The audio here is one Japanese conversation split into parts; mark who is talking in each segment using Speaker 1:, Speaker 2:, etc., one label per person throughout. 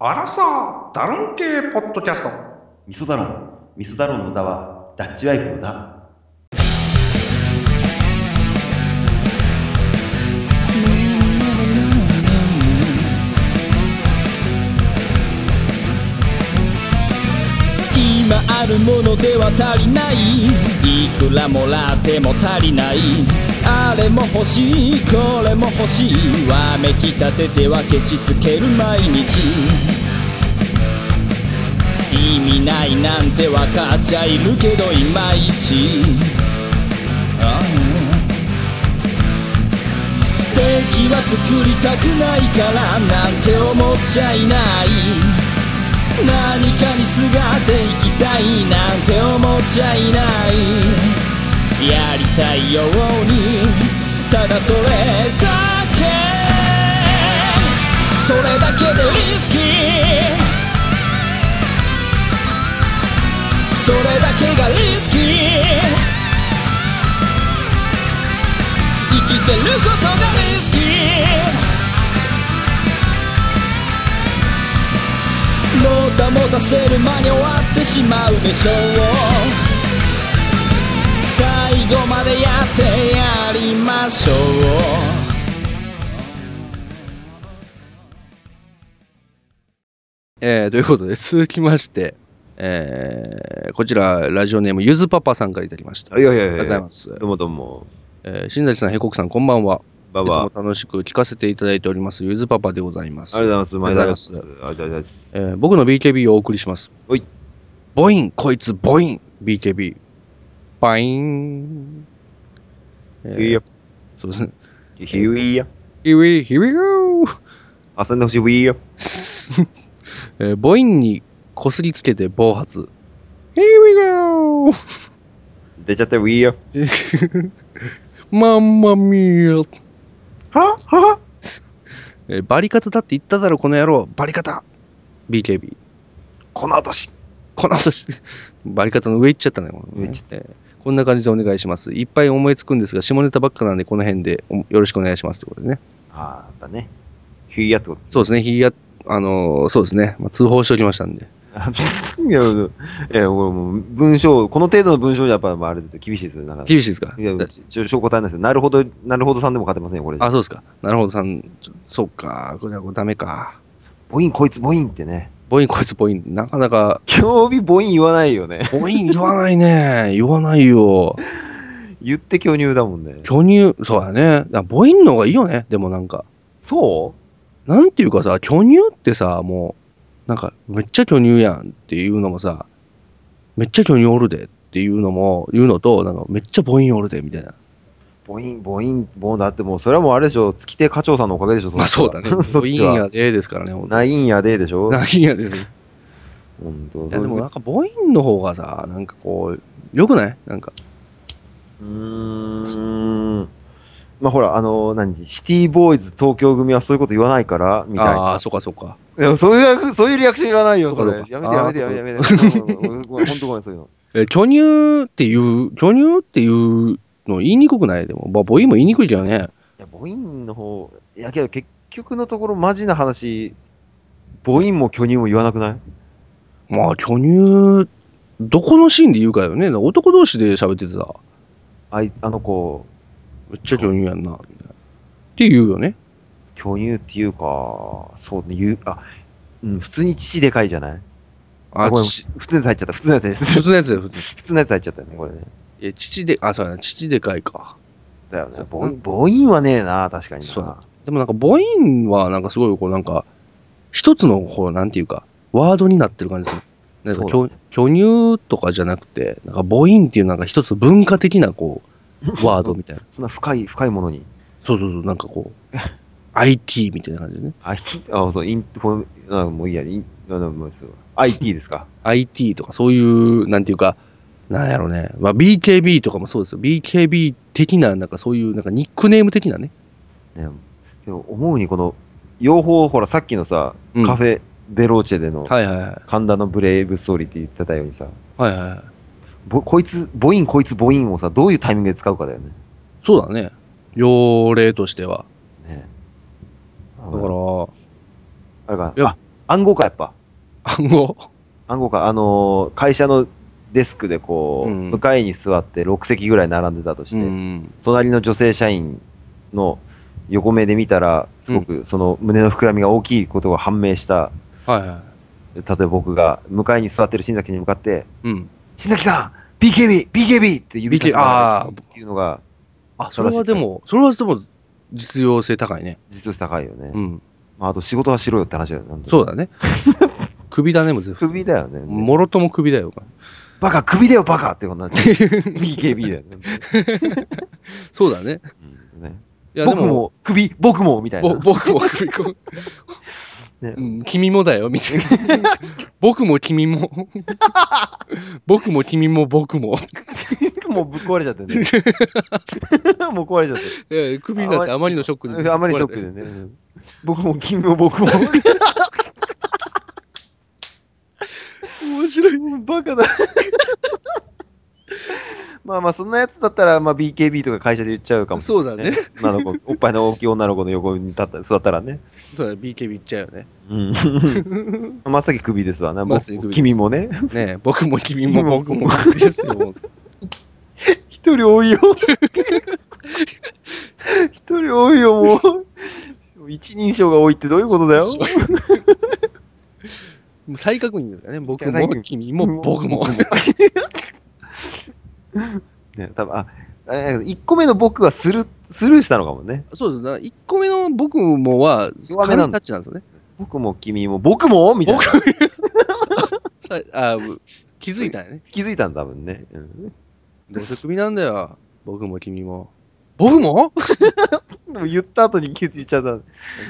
Speaker 1: アラサーダロン系ポッドキャスト。
Speaker 2: ミソダロン、ミソダロンのダは、ダッチワイフのダ。
Speaker 3: 今あるものでは足りないいくらもらっても足りないあれも欲しいこれも欲しいわめきたててはケチつける毎日意味ないなんてわかっちゃいるけどいまいちああ敵は作りたくないからなんて思っちゃいない何かにすがっていきたいなんて思っちゃいないやりたいようにただそれだけそれだけでリスキーそれだけがリスキー生きてることがリスキーもたもたしてる間に終わってしまうでしょう最後までやってやりましょう
Speaker 4: えー、ということで、続きまして、えー、こちら、ラジオネーム、ゆずパパさんからいただきました。あ
Speaker 2: いやいやいや
Speaker 4: りがとうございます。
Speaker 2: どうもどうも。
Speaker 4: えー、新崎さん、へこくさん、こんばんは。
Speaker 2: バ
Speaker 4: いつ
Speaker 2: バ
Speaker 4: も楽しく聞かせていただいております、ゆずパパでございます。
Speaker 2: ありがとうございます。
Speaker 4: ありがとうございます
Speaker 2: ありがとうございます。
Speaker 4: えー僕の BKB をお送りします。
Speaker 2: おい。
Speaker 4: ボイン、こいつ、ボイン、BKB。バイン。えー
Speaker 2: ヒュイヤ、
Speaker 4: そうですね。
Speaker 2: ヒュイヤ、
Speaker 4: ヒウィ、ヒウィヨー
Speaker 2: 遊んでほしいウィーヤ。
Speaker 4: えーボインにこすりつけて暴発。Here we go!
Speaker 2: 出ちゃったウィーヤ。
Speaker 4: マンマミーははえーバリカタだって言っただろ、この野郎。バリカタ !BKB。
Speaker 2: この後し。
Speaker 4: この後し、バリカタの上行っちゃったね。もうね
Speaker 2: 上行っちゃ
Speaker 4: えーこんな感じでお願いします。いっぱい思いつくんですが、下ネタばっかなんで、この辺でおよろしくお願いしますということでね。
Speaker 2: ああ、やっぱね。ヒュイヤってことです
Speaker 4: そうですね、ひや、あのーそうですね、まあ、通報しておきましたんで。
Speaker 2: ね。いや、えー、俺もう文章、この程度の文章じゃやっぱまああれですよ。厳しいですよ。なんか。
Speaker 4: 厳しいですか
Speaker 2: いや、ちょ証拠答えないですよ。なるほど、なるほどさんでも勝てませんよ、これ。
Speaker 4: あ、そうですか。なるほど、さん、ちょそうか、これはこれダメか。
Speaker 2: ボイン、こいつ、ボインってね。
Speaker 4: ボイン、こいつボイン、なかなか、
Speaker 2: 興味ボイン言わないよね。
Speaker 4: ボイン言わないね。言わないよ。
Speaker 2: 言って巨乳だもんね。
Speaker 4: 巨乳、そうだね。だボインの方がいいよね。でもなんか、
Speaker 2: そう
Speaker 4: なんていうかさ、巨乳ってさ、もう、なんか、めっちゃ巨乳やんっていうのもさ、めっちゃ巨乳おるでっていうのも、言うのと、なんか、めっちゃボインおるでみたいな。
Speaker 2: ボイン、ボイン、ボンだってもう、それはもうあれでしょ、月亭課長さんのおかげでしょ、
Speaker 4: まあ そうだね。
Speaker 2: そ
Speaker 4: ボ
Speaker 2: っ
Speaker 4: イン
Speaker 2: ちは。
Speaker 4: やでですからね、ほんと
Speaker 2: ないんやででしょ。
Speaker 4: ないんやです。
Speaker 2: ほんと。
Speaker 4: いや、でもなんか、ボインの方がさ、なんかこう、良くないなんか、
Speaker 2: うーん。まあほら、あの、何、シティボーイズ東京組はそういうこと言わないから、みたい
Speaker 4: あ
Speaker 2: な
Speaker 4: あー、。そうかそうか。
Speaker 2: でもそういう、そういうリアクションいらないよ、それ
Speaker 4: そう。か
Speaker 2: やめてやめて
Speaker 4: あー
Speaker 2: やめてやめて。ごめん ごめんほんとごめん、そういうの。
Speaker 4: えー巨乳っていう、巨乳っていうの言いにくくないでも、まあ、ボインも言いにくいけどね。
Speaker 2: いや、ボインの方、いやけど結局のところマジな話、ボインも巨乳も言わなくない
Speaker 4: まあ、巨乳、どこのシーンで言うかよね。男同士で喋っててさ、
Speaker 2: あい、あの子、
Speaker 4: めっちゃ巨乳やんな、みたいな。って言うよね。
Speaker 2: 巨乳っていうか、そうね、言う、あ、うん、普通に父でかいじゃない
Speaker 4: あ、
Speaker 2: これ
Speaker 4: ち
Speaker 2: 普通のやつ入っちゃった。普通のやつ入っち
Speaker 4: 普
Speaker 2: ゃっ
Speaker 4: 通のやつだよ、普
Speaker 2: た。
Speaker 4: 通。
Speaker 2: 普通のやつ入っちゃったよね、これね。
Speaker 4: え、父で、あ、そうやな、父でかいか。
Speaker 2: だよね。母
Speaker 4: う
Speaker 2: 音、母音はねえな、確かにな。
Speaker 4: そうだでもなんか、ボインは、なんかすごい、こう、なんか、一つの、こう、なんていうか、ワードになってる感じする。なんか
Speaker 2: そ
Speaker 4: 巨、巨乳とかじゃなくて、なんか、ボインっていう、なんか一つ文化的な、こう、ワードみたいな。
Speaker 2: そんな深い、深いものに。
Speaker 4: そうそうそう、なんかこう、IT みたいな感じでね。
Speaker 2: あ、ひ あそう、インフォあもういいや、イン、あのもうそう IT ですか。
Speaker 4: IT とかそういう、なんていうか、なんやろね。まあ、BKB とかもそうですよ。BKB 的な、なんかそういう、なんかニックネーム的なね。
Speaker 2: ね、でも思うに、この、用法、ほら、さっきのさ、
Speaker 4: うん
Speaker 2: カフェ、ベローチェでの、
Speaker 4: はいはいはい。
Speaker 2: 神田のブレイブストーリーって言ってたようにさ、
Speaker 4: はいはいはい。
Speaker 2: ぼこいつ、母音、こいつ、母音をさ、どういうタイミングで使うかだよね。
Speaker 4: そうだね。用例としては。
Speaker 2: ね
Speaker 4: だから、
Speaker 2: あれか
Speaker 4: いや
Speaker 2: あ、暗号か、やっぱ。
Speaker 4: 暗号。
Speaker 2: 暗号か、あのー会社のデスクでこう、
Speaker 4: うん
Speaker 2: 向かいに座って6席ぐらい並んでたとして、
Speaker 4: うん。
Speaker 2: 隣の女性社員の横目で見たら、すごくその胸の膨らみが大きいことが判明した、
Speaker 4: はいはい。
Speaker 2: 例えば僕が、向かいに座ってる新崎に向かって、
Speaker 4: うん。
Speaker 2: 新崎さん !BKB! BKB! って指さしながらっていうのが
Speaker 4: あ、それはでも、それはでも、実用性高いね。
Speaker 2: 実力高いよね。
Speaker 4: うん。
Speaker 2: まあ、あと仕事はしろよって話だよね。なん
Speaker 4: そう
Speaker 2: だ。
Speaker 4: だ ね。首だね、もう全部。
Speaker 2: 首だよね。
Speaker 4: もろとも首だよ。
Speaker 2: バカ、首だよ、バカってことになっちゃう。BKB だよね。
Speaker 4: そうだね。
Speaker 2: うんね
Speaker 4: いや、で
Speaker 2: 僕も、首、僕も、みたいな
Speaker 4: ぼ。僕も首こう、
Speaker 2: ね
Speaker 4: うん君もだよ、みたいな。 僕も君も。 僕も君も僕も。
Speaker 2: もうぶっ壊れちゃってね。 もう壊れちゃって。
Speaker 4: いや首だってあまりのショックで。
Speaker 2: あまりショックでね。うん僕も、君も、僕 も。
Speaker 4: 面白い。
Speaker 2: バカだ。まあまあ、そんなやつだったら、まあ、BKB とか会社で言っちゃうかもし
Speaker 4: そうだ
Speaker 2: れない、
Speaker 4: ね
Speaker 2: ね。。女の 子、おっぱいの大きい女の子の横に立った座ったらね。
Speaker 4: そうだ、BKB いっちゃうよね。
Speaker 2: うん。まさき首ですわな。
Speaker 4: まさき首
Speaker 2: 僕
Speaker 4: です
Speaker 2: 君も
Speaker 4: ね
Speaker 2: ね。
Speaker 4: え僕も君
Speaker 2: 君
Speaker 4: も
Speaker 2: も
Speaker 4: 僕もですよ。
Speaker 2: 一人多いよ。一人多いよ、もう。一人称が多いってどういうこ とだよ。
Speaker 4: もう再確認だよね。僕
Speaker 2: 再確
Speaker 4: も
Speaker 2: 認
Speaker 4: 君も僕も。
Speaker 2: ね、多分あ、1個目の僕はスルスルーしたのかもね。
Speaker 4: そうだな。1個目の僕もは、
Speaker 2: 弱
Speaker 4: 軽
Speaker 2: めないん
Speaker 4: タッ
Speaker 2: だ
Speaker 4: チなんですよね。
Speaker 2: 僕も君も、僕もみたいな。
Speaker 4: さ あ気づいたよね。
Speaker 2: 気づいたんだ、多分ね。うん
Speaker 4: どうせ首なんだよ。僕も君も。僕も
Speaker 2: でも言った後に気づいちゃった。
Speaker 4: お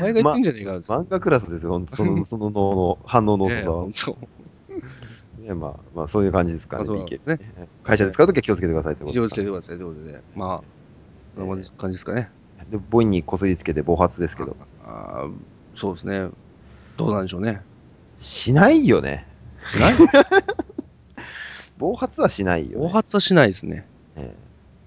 Speaker 4: 前が言ってんじゃねえか。
Speaker 2: 漫画クラスですよ、本当 その、その脳の反応の遅
Speaker 4: ねえ
Speaker 2: さは
Speaker 4: ほん。と
Speaker 2: ねまあ、まあ、そういう感じですかね、
Speaker 4: まあそうだ
Speaker 2: BK
Speaker 4: ね。
Speaker 2: 会社で使うときは気をつけてくださいってこ
Speaker 4: 非常に
Speaker 2: とです
Speaker 4: 強
Speaker 2: か
Speaker 4: いですね。ということで、まあ、
Speaker 2: え
Speaker 4: こんな感じですかね。
Speaker 2: で、ボインにこすりつけて暴発ですけど。
Speaker 4: あーそうですね。どうなんでしょうね。
Speaker 2: しないよね。
Speaker 4: しない
Speaker 2: 暴発はしないよ、ね。
Speaker 4: 暴発はしないですね。
Speaker 2: ええ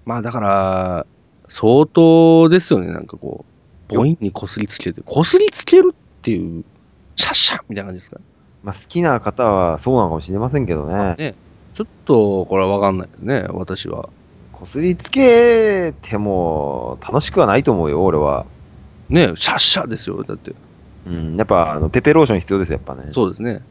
Speaker 4: まあ、だから、相当ですよね。なんかこう、ボインにこすりつけて、こすりつけるっていう、シャッシャッみたいな感じですかね。
Speaker 2: まあ、好きな方はそうなのかもしれませんけどね。
Speaker 4: ねちょっと、これはわかんないですね。私は。
Speaker 2: こすりつけても楽しくはないと思うよ、俺は。
Speaker 4: ねシャッシャッですよ。だって。
Speaker 2: うん、やっぱあのペペローション必要ですよ、やっぱね。
Speaker 4: そうですね。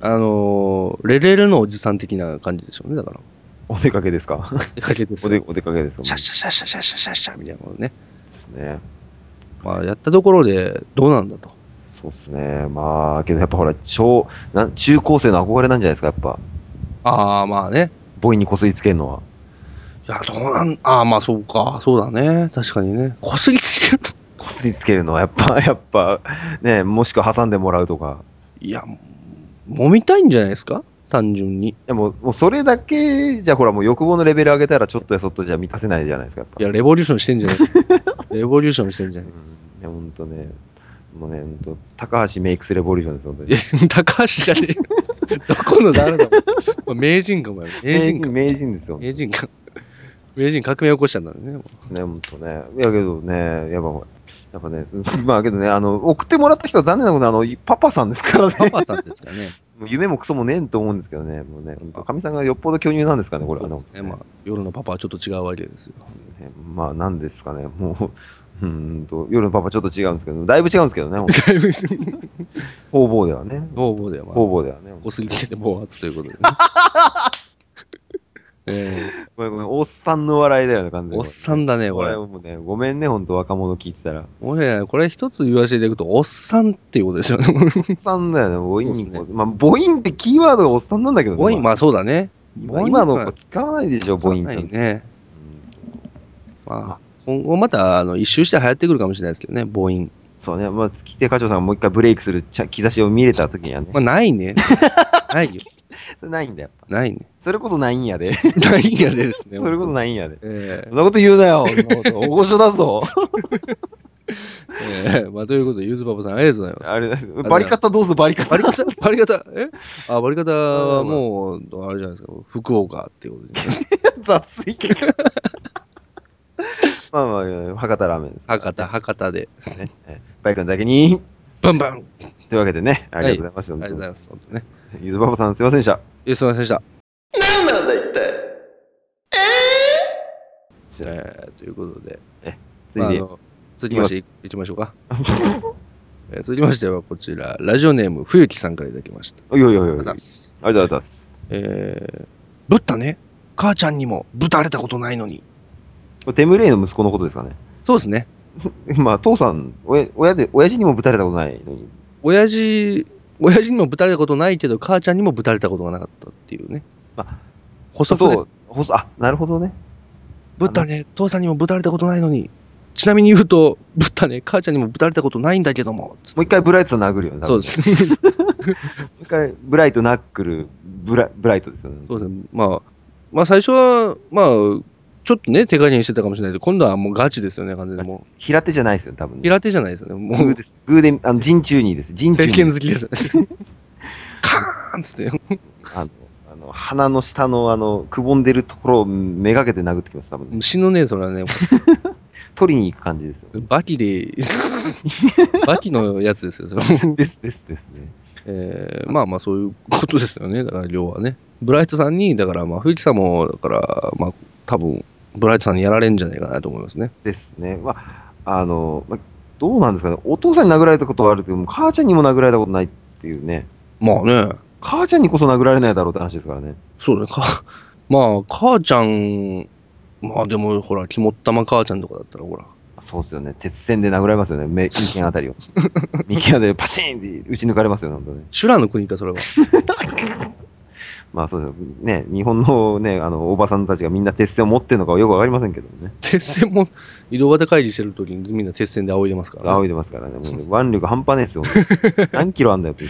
Speaker 2: うん
Speaker 4: あのーレレレのおじさん的な感じでしょうね。だから。
Speaker 2: お出かけですか
Speaker 4: 出かけです
Speaker 2: お
Speaker 4: よ
Speaker 2: 出お出かけですもん
Speaker 4: シャッシャッシャッシャッシャッシャッシャッシャッみたいなことね。
Speaker 2: ですね。
Speaker 4: まあ、やったところでどうなんだと。
Speaker 2: そうっすね。まあ、けどやっぱほら、小、なん中高生の憧れなんじゃないですか、やっぱ。
Speaker 4: ああ、まあね。
Speaker 2: ボインにこすりつけるのは。
Speaker 4: いや、どうなん、ああ、まあそうか。そうだね。確かにね。こすりつける。
Speaker 2: こすりつけるのはやっぱ、 やっぱ、ね、もしくは挟んでもらうとか。
Speaker 4: いや、揉みたいんじゃないですか単純に。
Speaker 2: でも、もうそれだけじゃほら、もう欲望のレベル上げたらちょっとやそっとじゃ満たせないじゃないですか、やっぱ
Speaker 4: い。や、レボリューションしてん じゃないレボリューションしてんじゃない
Speaker 2: うん、いや、ほんとね、もうね、ほんと、高橋メイクスレボリューションです、本当
Speaker 4: い
Speaker 2: に。
Speaker 4: や、高橋じゃねえ。 どこの誰だもんまあ名人かもよ。名人か。
Speaker 2: 名人ですよ、
Speaker 4: 名人か。名人革命起こしちゃったんだね。
Speaker 2: ですね、ほんとね。いや、けどね、やっぱ、やっぱね、 まあけどね、あの、送ってもらった人は残念なことにあの、パパさんです から
Speaker 4: パ
Speaker 2: ね。
Speaker 4: パさんですかね。
Speaker 2: もう夢もクソもねえと思うんですけどね、もうね、ほんと、かみさんがよっぽど巨乳なんですかね、これはね。
Speaker 4: そうですねまあ、夜のパパはちょっと違うわけ ですよ。
Speaker 2: ねまあ、なんですかね、もう、うんと、夜のパパちょっと違うんですけど、だいぶ違うんですけどね、ほんと
Speaker 4: だいぶ、
Speaker 2: 方々ではね。
Speaker 4: 方々では、まあ
Speaker 2: 方々ではね。
Speaker 4: こすりつけて暴発ということで ね。え
Speaker 2: ごめんごめん、おっさんの笑いだよね、完全
Speaker 4: ー
Speaker 2: に。
Speaker 4: おっさんだね、こ
Speaker 2: これ
Speaker 4: れ。
Speaker 2: もうね、ごめんね、ほんと若者聞いて たら。
Speaker 4: もしね、これ一つ言わせていくと、おっさんっていうことですよ ね。
Speaker 2: おっさんだよね、母音に
Speaker 4: そう
Speaker 2: こ
Speaker 4: っ
Speaker 2: う。まあ、母音ってキーワードがおっさんなんだけどね。
Speaker 4: おい、
Speaker 2: まあ
Speaker 4: まあそうだね。
Speaker 2: 今
Speaker 4: 母音
Speaker 2: 今
Speaker 4: は
Speaker 2: の子使わないでしょ、母音っ
Speaker 4: な
Speaker 2: て。
Speaker 4: いうね。
Speaker 2: ん
Speaker 4: まあ、今後また、あの、一周して流行ってくるかもしれないですけどね、母音。
Speaker 2: そうね、まあ、月手課長さんがもう一回ブレイクするちゃ兆しを見れた時にはね
Speaker 4: ま。あ、ないね。 ないよ。
Speaker 2: それないんだよ。
Speaker 4: ないね。
Speaker 2: それこそないんやで。
Speaker 4: ないんやでです ね。
Speaker 2: それこそないんやで。
Speaker 4: ええ
Speaker 2: そんなこと言うなよ。もう大御所だぞ。
Speaker 4: ええまあ、ということで、ゆずばばさん、ありがとうございます。
Speaker 2: あれだ、バリカタどうするバリカ
Speaker 4: バ
Speaker 2: タ
Speaker 4: リ。カタ、バリカタ、えあ、バリカタはもう、あれじゃないですか、福岡っていうことで、ね。
Speaker 2: 雑い けど。まあまあ、博多ラーメンですから。
Speaker 4: 博多、博多で、
Speaker 2: ね。えバイクのだけに。
Speaker 4: バンバン
Speaker 2: というわけでね、ありがとうございます。
Speaker 4: ありがとうござい
Speaker 2: 本
Speaker 4: ます。本当にね。
Speaker 2: 当にゆずばばさん、すいませんでした。
Speaker 4: えすいませんでした。
Speaker 1: 何なんだ一体
Speaker 2: じゃあ
Speaker 4: えー、ということで、
Speaker 2: つい
Speaker 4: まああ
Speaker 2: に、
Speaker 4: の続きまして、いきましょうか。 えー続きましてはこちら、ラジオネーム、冬木さんからいただきました。
Speaker 2: おいおいおいおい、
Speaker 4: あ
Speaker 2: ありが
Speaker 4: ざ
Speaker 2: とう
Speaker 4: っす
Speaker 2: ございます。
Speaker 4: えー、ぶったね。母ちゃんにもぶたれたことないのに。
Speaker 2: これテムレイの息子のことですかね。
Speaker 4: そうですね。
Speaker 2: まあ、父さん、親親で親父にもぶたれたことないのに、
Speaker 4: 親父、親父にもぶたれたことないけど、母ちゃんにもぶたれたことがなかったっていうね。
Speaker 2: あ
Speaker 4: 補足です
Speaker 2: そう。細あ、なるほどね。
Speaker 4: ぶったね、父さんにもぶたれたことないのに。ちなみに言うと、ぶったね、母ちゃんにもぶたれたことないんだけども。つって
Speaker 2: もう一回ブライトさん殴るよね。多
Speaker 4: そう
Speaker 2: 分
Speaker 4: ですね。そ
Speaker 2: もう一回ブライトナックル、ブラブライトですよね。
Speaker 4: うですね。まあ、まあ最初は、まあ、ちょっとね、手加減してたかもしれないけど、今度はもうガチですよね、完全にも
Speaker 2: 平手じゃないですよね、多分
Speaker 4: う。
Speaker 2: ね。
Speaker 4: 平手じゃないですよね。も
Speaker 2: グー
Speaker 4: う、
Speaker 2: です。グーで、あの、陣中にです。陣中
Speaker 4: 政権
Speaker 2: に。
Speaker 4: 好きですよね。カーンっつって。
Speaker 2: あの、あの鼻の下の、あの、くぼんでるところをめがけて殴ってきます、多分、
Speaker 4: もう死ぬね、それはね。
Speaker 2: 取りに行く感じですよ。
Speaker 4: バキで、バキのやつ ですよ。それ
Speaker 2: です、です、ですね。
Speaker 4: えーまあまあそういうことですよね、だから量はね。ブライトさんに、だからまあ冬木さんも、だからまあ多分ブライトさんにやられるんじゃないかなと思いますね。
Speaker 2: ですね。まあ、あの、まあ、どうなんですかね。お父さんに殴られたことはあるけども、母ちゃんにも殴られたことないっていうね。
Speaker 4: まあね、
Speaker 2: 母ちゃんにこそ殴られないだろうって話ですからね。
Speaker 4: そうね、か、 まあ母ちゃん、まあでもほら、肝っ玉母ちゃんとかだったらほら、
Speaker 2: そうですよね。鉄線で殴られますよね。目、眉間あた りを。眉間あたりをパシーンって打ち抜かれますよね、本当ね。
Speaker 4: 修羅の国か、それ は。
Speaker 2: まあそうですよね。日本のね、あの、おばさんたちがみんな鉄線を持ってるのかはよくわかりませんけどね。
Speaker 4: 鉄線も、移動型会議してる時にみんな鉄線で仰いでますから、ね。
Speaker 2: 仰いでま すからね。もう腕力半端ないですよ。本当に何キロあんだよって。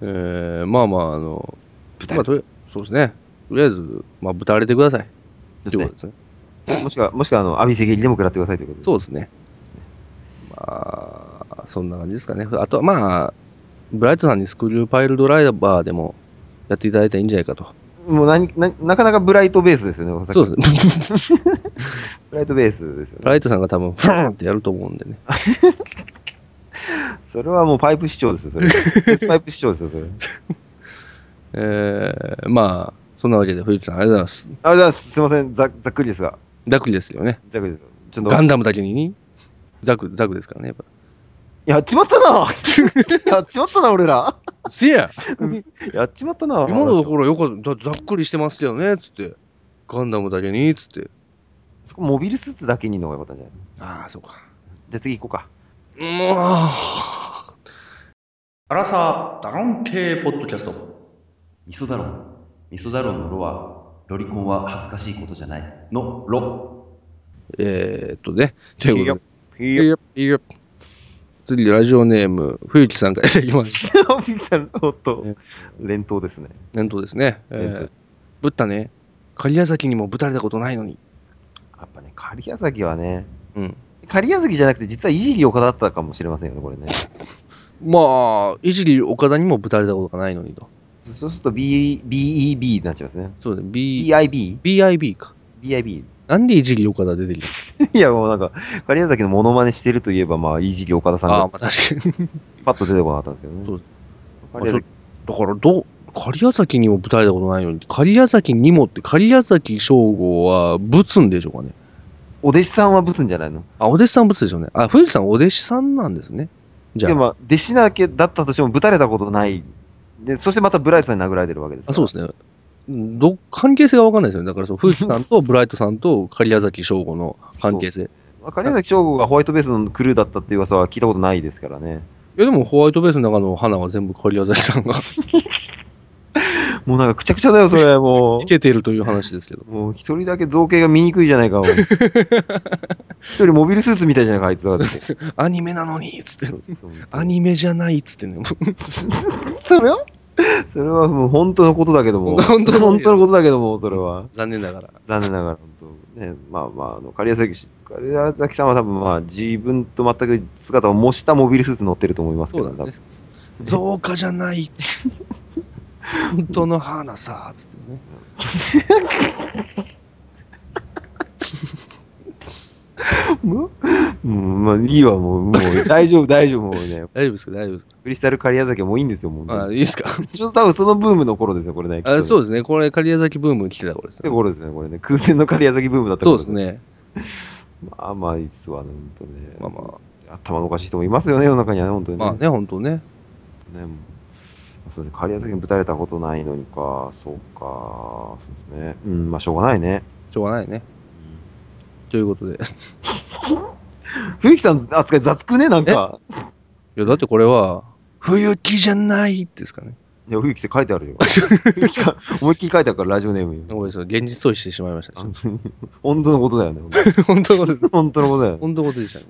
Speaker 4: えーまあまあ、あの、
Speaker 2: 豚
Speaker 4: まあとりそうですね。とりあえず、まあ豚荒れてください。と
Speaker 2: です
Speaker 4: いうこ
Speaker 2: ね
Speaker 4: とですね。
Speaker 2: もしくは、もしくは、あの、アビセギリでも食らってくださいということで。
Speaker 4: そうですね。まあ、そんな感じですかね。あとはまあ、ブライトさんにスクリューパイルドライバーでもやっていただいたらいいんじゃないかと。
Speaker 2: もうなにな、なかなかブライトベースですよね。さっき
Speaker 4: そうですね。
Speaker 2: ブライトベースですよ
Speaker 4: ブ
Speaker 2: ね。
Speaker 4: ライトさんが多分、フーンってやると思うんでね。
Speaker 2: それはもうパイプ視聴ですよ、それ。鉄パイプ視聴ですよ、それ。ありがとう
Speaker 4: えー、まあ、そんなわけで、冬木さん、ありがとうございます。
Speaker 2: ございます。すいません。ざざっくりですが。
Speaker 4: ザクですよね。
Speaker 2: ざっくりです。ちょっと
Speaker 4: ガ、ンダムだけに、ザク、ザクですからね。やっぱ
Speaker 2: やっちまった なやっちまったな、俺 ら。
Speaker 4: せや
Speaker 2: やっちまったな。
Speaker 4: 今のと
Speaker 2: ろ。
Speaker 4: ころよく、だざっくりしてますけどね、つって。ガンダムだけに、つって。
Speaker 2: そこモビルスーツだけにいいのがよかったんじゃない
Speaker 4: ああ、そうか。
Speaker 2: じゃあ次行こうか。
Speaker 4: もうん、
Speaker 1: アラサーダロン系ポッドキャスト
Speaker 5: 味噌だろん。味噌だろんのロは、ロリコンは恥ずかしいことじゃない。の、ロ。
Speaker 4: えー、っとね、ということで。
Speaker 2: いい
Speaker 4: いいよ、いいよ。次、ラジオネーム、冬木さんからいただきます。
Speaker 2: オフィさん、おっと、 連投ですね。
Speaker 4: なんとですね、え
Speaker 2: 連投
Speaker 4: ー
Speaker 2: です、
Speaker 4: ぶったね、狩矢崎にもぶたれたことないのに。
Speaker 2: やっぱね、狩矢崎はね、
Speaker 4: うん。
Speaker 2: 狩矢崎じゃなくて、実はいじり岡だったかもしれませんよね、これね。
Speaker 4: まあ、いじり岡田にもぶたれたことがないのにと。
Speaker 2: そそうすると B、BEB になっちゃいますね。
Speaker 4: そうだね、B、
Speaker 2: BIB?
Speaker 4: BIB か。
Speaker 2: BIB?
Speaker 4: なんでいじり岡田出てきた
Speaker 2: いや、もうなんか、狩矢崎のモノマネしてるといえば、まあ、いじり岡田さん
Speaker 4: ああー、
Speaker 2: が
Speaker 4: まあ確 かに。
Speaker 2: パッと出てこなかったんですけどね。
Speaker 4: そう
Speaker 2: 狩矢崎
Speaker 4: だから、どう、狩矢崎にもぶたれたことないのに、狩矢崎にもって、狩矢崎翔吾は、ぶつんでしょうかね。
Speaker 2: お弟子さんはブツんじゃないの
Speaker 4: あ、お弟子さんぶつでしょうね。あ、冬木さんお弟子さんなんですね。じゃあ。
Speaker 2: でも、弟子なけだったとしても、ぶたれたことない。で、そしてまたブライトさんに殴られてるわけですか
Speaker 4: あ
Speaker 2: ら。
Speaker 4: そうですね。ど関係性が分かんないですよね。だからそう、フーチさ んとブライトさんと狩矢崎翔吾の関係性。い
Speaker 2: まあ狩矢崎翔吾がホワイトベースのクルーだったっていう噂は聞いたことないですからね。
Speaker 4: や、でもホワイトベースの中の花は全部狩矢崎さんが
Speaker 2: もうなんかくちゃくちゃだよ、それ。も
Speaker 4: 生けてるという話ですけど。
Speaker 2: う、もう一人だけ造形が見にくいじゃないか。も う一人モビルスーツみたいじゃないか、あいつ は。だって
Speaker 4: アニメなのにっつって。ア
Speaker 2: ニ
Speaker 4: ニメじゃないっつってね。
Speaker 2: それはそれはもう本当のことだけども。
Speaker 4: 本当のこと
Speaker 2: のことだけども、それは。
Speaker 4: 残念ながら。
Speaker 2: 残念ながら、本当。ね、まあまあ、あの、狩矢崎氏、狩矢崎さんは多分まあ、自分と全く姿を模したモビルスーツ乗ってると思いますけ
Speaker 4: そ
Speaker 2: ど、
Speaker 4: うだね。増加じゃ ないっつって。本当の花さっつってね。
Speaker 2: 多分うん、まあいいわ、もう、 もう、大丈夫、大丈夫、もうね。
Speaker 4: 大丈夫ですか大丈夫ですか
Speaker 2: クリスタル狩矢崎はもういいんですよ、もう。
Speaker 4: あいいですか
Speaker 2: ちょっと多分そのブームの頃ですよ、これね。
Speaker 4: あそう
Speaker 2: う
Speaker 4: ですね。これ、狩矢崎ブーム来てた頃です
Speaker 2: で
Speaker 4: ね。
Speaker 2: 頃ですね、これね。空前の狩矢崎ブームだった
Speaker 4: そ
Speaker 2: 頃
Speaker 4: うです。ね。
Speaker 2: まあまあ、いいっすわね、ほんとね。
Speaker 4: まあま
Speaker 2: 頭のおかしい人もいますよね、世の中にはね、ほんと
Speaker 4: あ、
Speaker 2: に
Speaker 4: まあね、本当ね。
Speaker 2: ね、もうそうですね、狩屋崎にぶたれたことないのにか、そうか、そうですね。うん、まあしょうがないね。
Speaker 4: しょうがないね。ということで。い
Speaker 2: 冬木さん扱い雑くね、なんか。
Speaker 4: や、だってこれは、冬木じゃないですかね。
Speaker 2: いや、冬木って書いてある よ。冬木さん、思いっきり書いてあるから、ラジオネームに。
Speaker 4: ごめんなさい、現実逃避してしまいました。
Speaker 2: 本当のことだよね。
Speaker 4: 本当のことです。
Speaker 2: 本当のことだよね。
Speaker 4: 本当のことでしたね。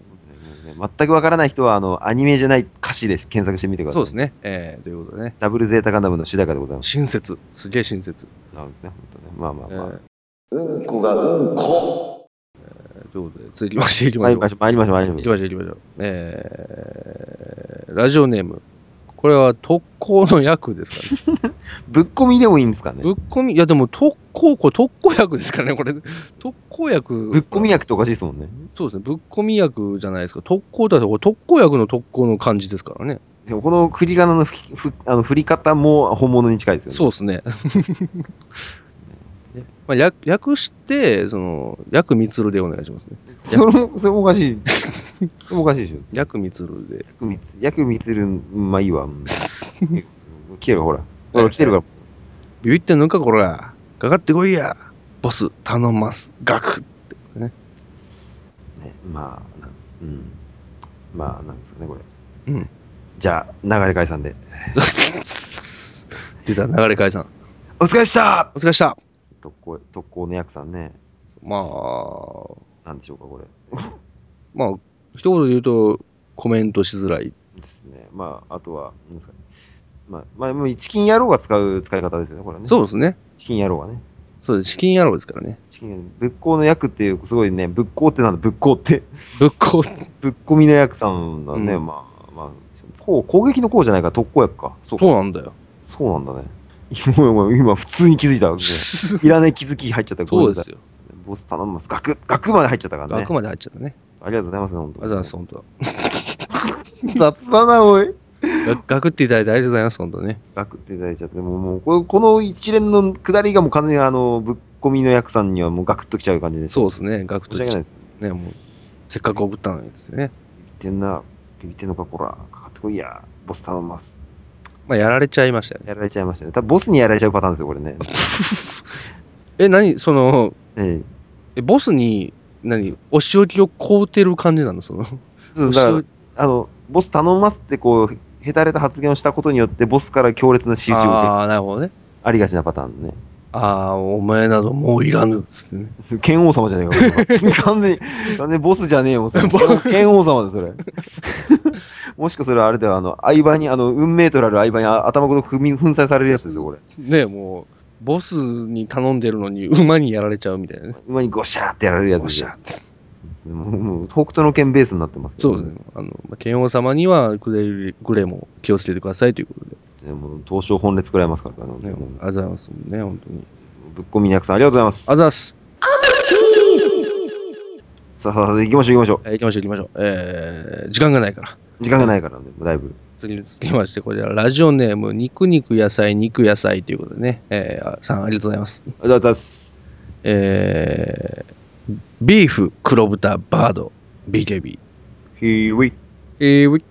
Speaker 2: もうね全くわからない人は、あの、アニメじゃない歌詞で検索してみてくださ
Speaker 4: そ
Speaker 2: い。
Speaker 4: うですね。えー、ということでね。
Speaker 2: ダブルゼータガンダムの主題歌でございます。
Speaker 4: 親切。すげえ親切。
Speaker 2: なるほどね、本当ね。まあま
Speaker 4: え
Speaker 2: あまあ。
Speaker 4: ー、えーということで、続きまして、いきまし
Speaker 2: 参り
Speaker 4: ょう
Speaker 2: ま。しょう、参りましょう、参りま
Speaker 4: い
Speaker 2: し
Speaker 4: き
Speaker 2: ょう。
Speaker 4: ましょう、いきましょう。えー、ラジオネーム。これは特攻の役 ですかね。
Speaker 2: ぶっ込みでもいいんですかね。
Speaker 4: ぶっこみ、いやでも特攻、これ特攻役ですからね、これ。特攻役。
Speaker 2: ぶっ込み役っておかしいですもんね。
Speaker 4: そうですね、ぶっこみ役じゃないですか。特攻だと、これ特攻役の特攻の感じですからね。
Speaker 2: でもこの振り仮名の吹きふあの振り方も本物に近いですよね。
Speaker 4: そうですね。まあ、略略して、その、略みつるでお願いしますね。
Speaker 2: それも、それもおかしい。それもおかしいでしょ。
Speaker 4: 略みつるで。
Speaker 2: 薬みつ、薬みつるん、まあい いわ。うん来てるよほら。ほら、来てるから。
Speaker 4: ビビってんのか、こら。かかってこいや。ボス、頼ます。ガク。
Speaker 2: ね、まあ、なんうん。まあ、なんですかね、これ。
Speaker 4: うん。
Speaker 2: じゃあ、流れ解散で。
Speaker 4: 出た、流れ解散。
Speaker 2: お疲れっした
Speaker 4: お疲れっした。
Speaker 2: 特攻、特攻の役さんね。
Speaker 4: まあ、
Speaker 2: なんでしょうか、これ。
Speaker 4: まあ、一言で言うと、コメントしづらい。
Speaker 2: ですね。まあ、あとは、なんですかね。まあ、まあ、もうチキン野郎が使う使い方ですよね、これね。。
Speaker 4: そううですね。
Speaker 2: チキン野郎がね。
Speaker 4: そうです。資金野郎ですからね。
Speaker 2: チキン、仏光の役っていう、すごいね、仏光ってなんだ、仏光って。
Speaker 4: ぶっこ、
Speaker 2: ぶっ込みの役さんだね、
Speaker 4: うん
Speaker 2: まあ、まあ、こう、攻撃のこうじゃないから特攻役か。そうか
Speaker 4: そうなんだ よ。
Speaker 2: そうなんだね。今、今今普通に気づいたわけね。いらない気づき入っちゃったご
Speaker 4: そう
Speaker 2: めん
Speaker 4: で
Speaker 2: なさい
Speaker 4: すよ。
Speaker 2: ボス頼みます。ガクッ、ガクまで入っちゃったからね
Speaker 4: あく。まで入っちゃったね。
Speaker 2: ありがとうございます、本
Speaker 4: ありが
Speaker 2: 当
Speaker 4: とうございます、本当は。
Speaker 2: 雑だな、おい。
Speaker 4: がガクっていただいてありがとうございます、本当ね。
Speaker 2: ガクっていただいちゃって、もう、もうこれこの一連の下りがもう完全にあの、ぶっ込みの役さんにはもうガクッときちゃう感じで。
Speaker 4: そうですすね、ガク
Speaker 2: 申
Speaker 4: と
Speaker 2: し
Speaker 4: ね
Speaker 2: 訳ないです。
Speaker 4: もうせっかく送ったのにっつってね。
Speaker 2: ビビってんな、ビビってんのか、こら、かかってこいや、ボス頼みます。
Speaker 4: まあ、やられちゃいましたよね。
Speaker 2: やられちゃいましたね。多分ボスにやられちゃうパターンですよ、これね。
Speaker 4: え、何その、
Speaker 2: ええ
Speaker 4: えボスに、何お仕置きを買うてる感じなのその。
Speaker 2: そうだからあの、ボス頼みますってこう、へたれた発言をしたことによって、ボスから強烈な仕打ちを受ける
Speaker 4: ああー、なるほどね。
Speaker 2: ありがちなパターンね。
Speaker 4: ああ、お前などもういらぬっつってね。
Speaker 2: 剣王 様じゃねえかこれは、完全に、完全にボスじゃねえよ、それ。剣王様だ、それ。 もしくはそれはあれだよ、あの、相場に、あの、運命とられる相場にあ頭ごと踏み、粉砕されるやつですよ、これ。
Speaker 4: ねえもう、ボスに頼んでるのに馬にやられちゃうみたいなね。
Speaker 2: 馬にゴシャーってやられるやつ
Speaker 4: おっ
Speaker 2: です
Speaker 4: し
Speaker 2: よ
Speaker 4: ゃって。
Speaker 2: もう、もう北斗の剣ベースになってますけ
Speaker 4: そ
Speaker 2: ど、
Speaker 4: うですね。あの、まあ剣王様にはくれぐれも気をつけてくださいということで。
Speaker 2: でもう、東証本列食らいますから、あの、
Speaker 4: ね、もうありがとうございます。ね、本当に。
Speaker 2: ぶっ込みの役さん、ありがとうございます。
Speaker 4: あざっす。
Speaker 2: さあさあさあ、行きましょう、行きましょ
Speaker 4: えー行きましょう、行きましょう。えー、時間がないから。
Speaker 2: う。時間がないからね、だいぶ。
Speaker 4: 次に続きまして、こちら、ラジオネーム、肉肉野菜、肉野菜ということでね、えー、あさん、ありがとうございます。
Speaker 2: ありがとうございます。
Speaker 4: えー、ビーフ、黒豚、バード、BKB。
Speaker 2: ひーい。
Speaker 4: えー、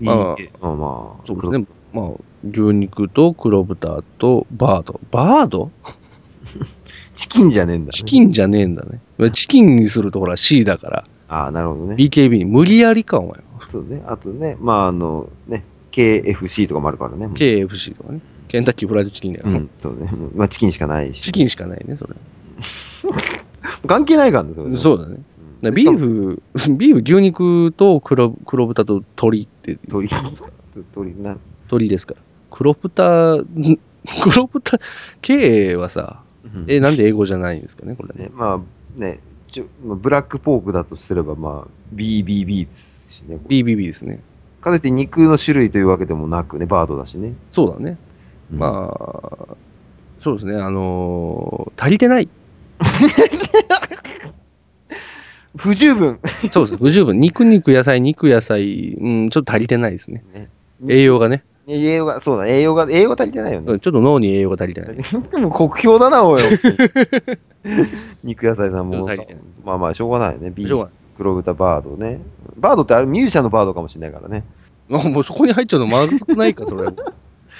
Speaker 2: ま
Speaker 4: ま
Speaker 2: あ
Speaker 4: あ
Speaker 2: まあ、まあ、
Speaker 4: そうですね。まあ、牛肉と黒豚とバード。バード
Speaker 2: チキンじゃねえんだ、ね。
Speaker 4: チキンじゃねえんだね。チキンにするとほら C だから、
Speaker 2: ああ、なるほどね。
Speaker 4: BKB に無理やりか、お前は。
Speaker 2: そうね。あとね、まあ、あの、ね、KFC とかもあるからね。
Speaker 4: KFC とかね。ケンタッキーフライドチキンだよ。
Speaker 2: うん、そうね。もうまあ、チキンしかないし。
Speaker 4: チキンしかないね、それ。
Speaker 2: 関係ないからね、それね。
Speaker 4: そうだね。
Speaker 2: うん。
Speaker 4: だから
Speaker 2: で
Speaker 4: ビー、フ、 ビーフ、牛肉と黒黒豚と鶏って、
Speaker 2: しかも鳥、鳥、な、
Speaker 4: 鶏ですから。黒豚、 ん黒豚、K はさ、
Speaker 2: うん
Speaker 4: え、なんで英語じゃないんですかね、これね。
Speaker 2: ね、まあ、ね、ちょまあブラックポークだとすれば、まあ、BBB ですしね。
Speaker 4: BBB ですね。
Speaker 2: かといって肉の種類というわけでもなくね、バードだしね。
Speaker 4: そうだね。
Speaker 2: うん
Speaker 4: まあ、そうですね、あのー足りてない。
Speaker 2: 不十分。
Speaker 4: そうです。不 十分。肉肉野菜、肉野菜、うん、ちょっと足りてないですね。
Speaker 2: ね
Speaker 4: 栄養がね。
Speaker 2: ね栄養が、そうだ、栄養が、栄養が足りてないよ
Speaker 4: う
Speaker 2: ね。
Speaker 4: んちょっと脳に栄養が足りてない。
Speaker 2: でも酷評 だな、おい。肉野菜さんも
Speaker 4: 足りてない、
Speaker 2: まあまあ、しょうがないよね。ビ
Speaker 4: しょう
Speaker 2: ー
Speaker 4: が
Speaker 2: フ、黒豚、バードね。バードってあれ、ミュージシャンのバードかもしれないからね。
Speaker 4: あもうそこに入っちゃうのまずくないか、それ。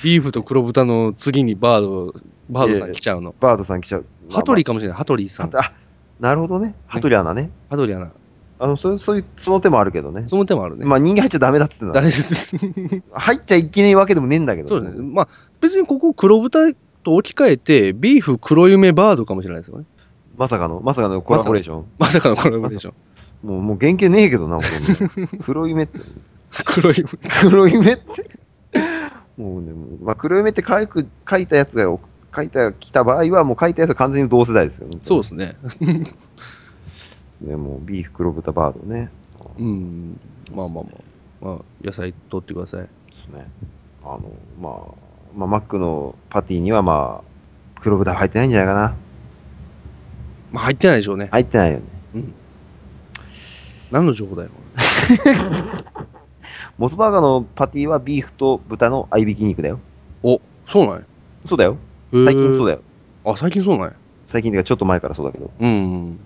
Speaker 4: ビーフと黒豚の次にバード、バードさん来ちゃうの。
Speaker 2: バードさん来ちゃう。
Speaker 4: 羽鳥かもしれない、羽鳥さ
Speaker 2: まあ
Speaker 4: ん。
Speaker 2: まああ、なるほどね。羽鳥アナね。
Speaker 4: 羽鳥アナ。
Speaker 2: あの、そうそういう、その手もあるけどね。
Speaker 4: その手もあるね。
Speaker 2: まあ、人間入っちゃダメだっつってんだ
Speaker 4: 大丈夫です。
Speaker 2: 入っちゃいけないわけでもねえんだけど。
Speaker 4: そうですね。まあ、別にここ黒豚と置き換えて、ビーフ黒夢バードかもしれないですよね。
Speaker 2: まさかの、まさかのコラボレーション。
Speaker 4: まさかの黒夢でしょ。
Speaker 2: もう、もう原型ねえけどな、こんなの黒夢って。
Speaker 4: 黒夢。
Speaker 2: 黒夢って。もうね、もうまあ、黒夢って書く書いたやつが、書いた、来た場合は、もう書いたやつは完全に同世代ですよね。
Speaker 4: そう
Speaker 2: で
Speaker 4: ですね。
Speaker 2: すね。もう、ビーフ、黒豚、バードね。
Speaker 4: うん。まあまあまあ。まあ、野菜取ってください。
Speaker 2: ですね。あの、まあ、まあ、マックのパティには、まあ、黒豚入ってないんじゃないかな。
Speaker 4: まあ、入ってないでしょうね。
Speaker 2: 入ってないよね。
Speaker 4: 何の情報だよ。
Speaker 2: モスバーガーのパティはビーフと豚の合いびき肉だよ。
Speaker 4: お、そうなんや
Speaker 2: そうだよ。最近そう
Speaker 4: だ
Speaker 2: だよ。
Speaker 4: あ、最近そうなんや。
Speaker 2: 最近っていうかちょっと前からそうだけど。
Speaker 4: うん。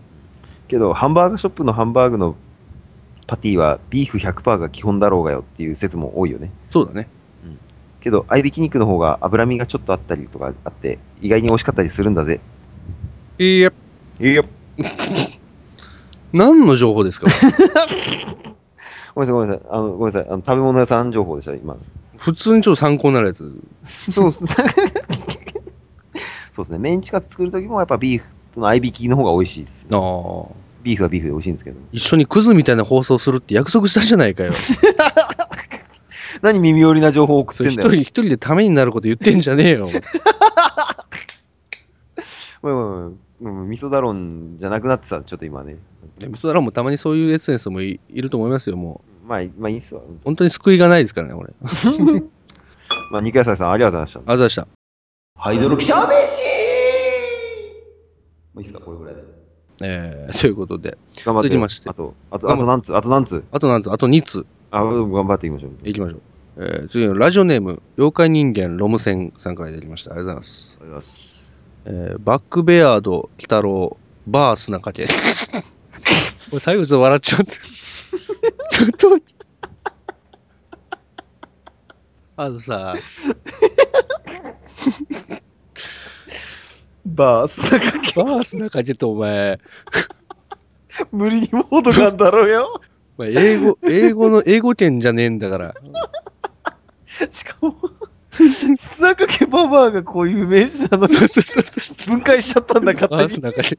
Speaker 2: けど、ハンバーガーショップのハンバーグのパティはビーフ100%が基本だろうがよっていう説も多いよね。
Speaker 4: そうだね。
Speaker 2: けど、合いびき肉の方が脂身がちょっとあったりとかあって、意外に美味しかったりするんだぜ。
Speaker 4: いや、
Speaker 2: いや。
Speaker 4: 何の情報ですか
Speaker 2: ごめんなさい、ごめんなさい。あの、ごめんなさい。あの、食べ物屋さん情報でした、今。
Speaker 4: 普通にちょっと参考になるやつ。
Speaker 2: そうっすそうですね。メンチカツ作るときもやっぱビーフとの合いびきの方が美味しいです。
Speaker 4: ああ。
Speaker 2: ビーフはビーフで美味しいんですけど。
Speaker 4: 一緒にクズみたいな放送するって約束したじゃないかよ。
Speaker 2: 何耳寄りな情報を送
Speaker 4: そ
Speaker 2: っ
Speaker 4: れ
Speaker 2: てん
Speaker 4: 一
Speaker 2: だ
Speaker 4: 人。
Speaker 2: よ
Speaker 4: 一人でためになること言ってんじゃねえよ。
Speaker 2: ごめんごめんごめんごめん。味噌ダロンじゃなくなってた、ちょっと今ね。
Speaker 4: でもそらもうたまにそういうエッセンスもいいると思いますよ、もう。
Speaker 2: まあ、まあいいっすわ。
Speaker 4: 本当に救いがないですからね、俺。
Speaker 2: まあ、肉屋さんさん、ありがとうございました。
Speaker 4: あざでした。
Speaker 5: ハイドロキシャー飯もういいっすか、これぐらいで。
Speaker 4: えー、ということで。
Speaker 2: 頑張って。
Speaker 4: 続きまして
Speaker 2: あと、あと、あと何つあと何つ
Speaker 4: あとなんつあと2つ。
Speaker 2: あ、うん頑張っていきましょう。
Speaker 4: いきましょう。えー、次のラジオネーム、妖怪人間ロムセンさんからいただきました。ありがとうございます。
Speaker 2: ありがとうございます。
Speaker 4: えーバックベアード、鬼太郎、バースなかけ。俺最後ちょっと笑っちゃって。 ちょっと待って。あのさ、
Speaker 2: バース、
Speaker 4: バースなかけとお前、
Speaker 2: 無理にモードがあんだろうよ。
Speaker 4: お前英語、英語の英語圏じゃねえんだから。
Speaker 2: しかも、須坂家ババアがこういう名詞なのに分解しちゃったんだ、勝
Speaker 4: バ
Speaker 2: 手
Speaker 4: ース
Speaker 2: に。
Speaker 4: なかけ。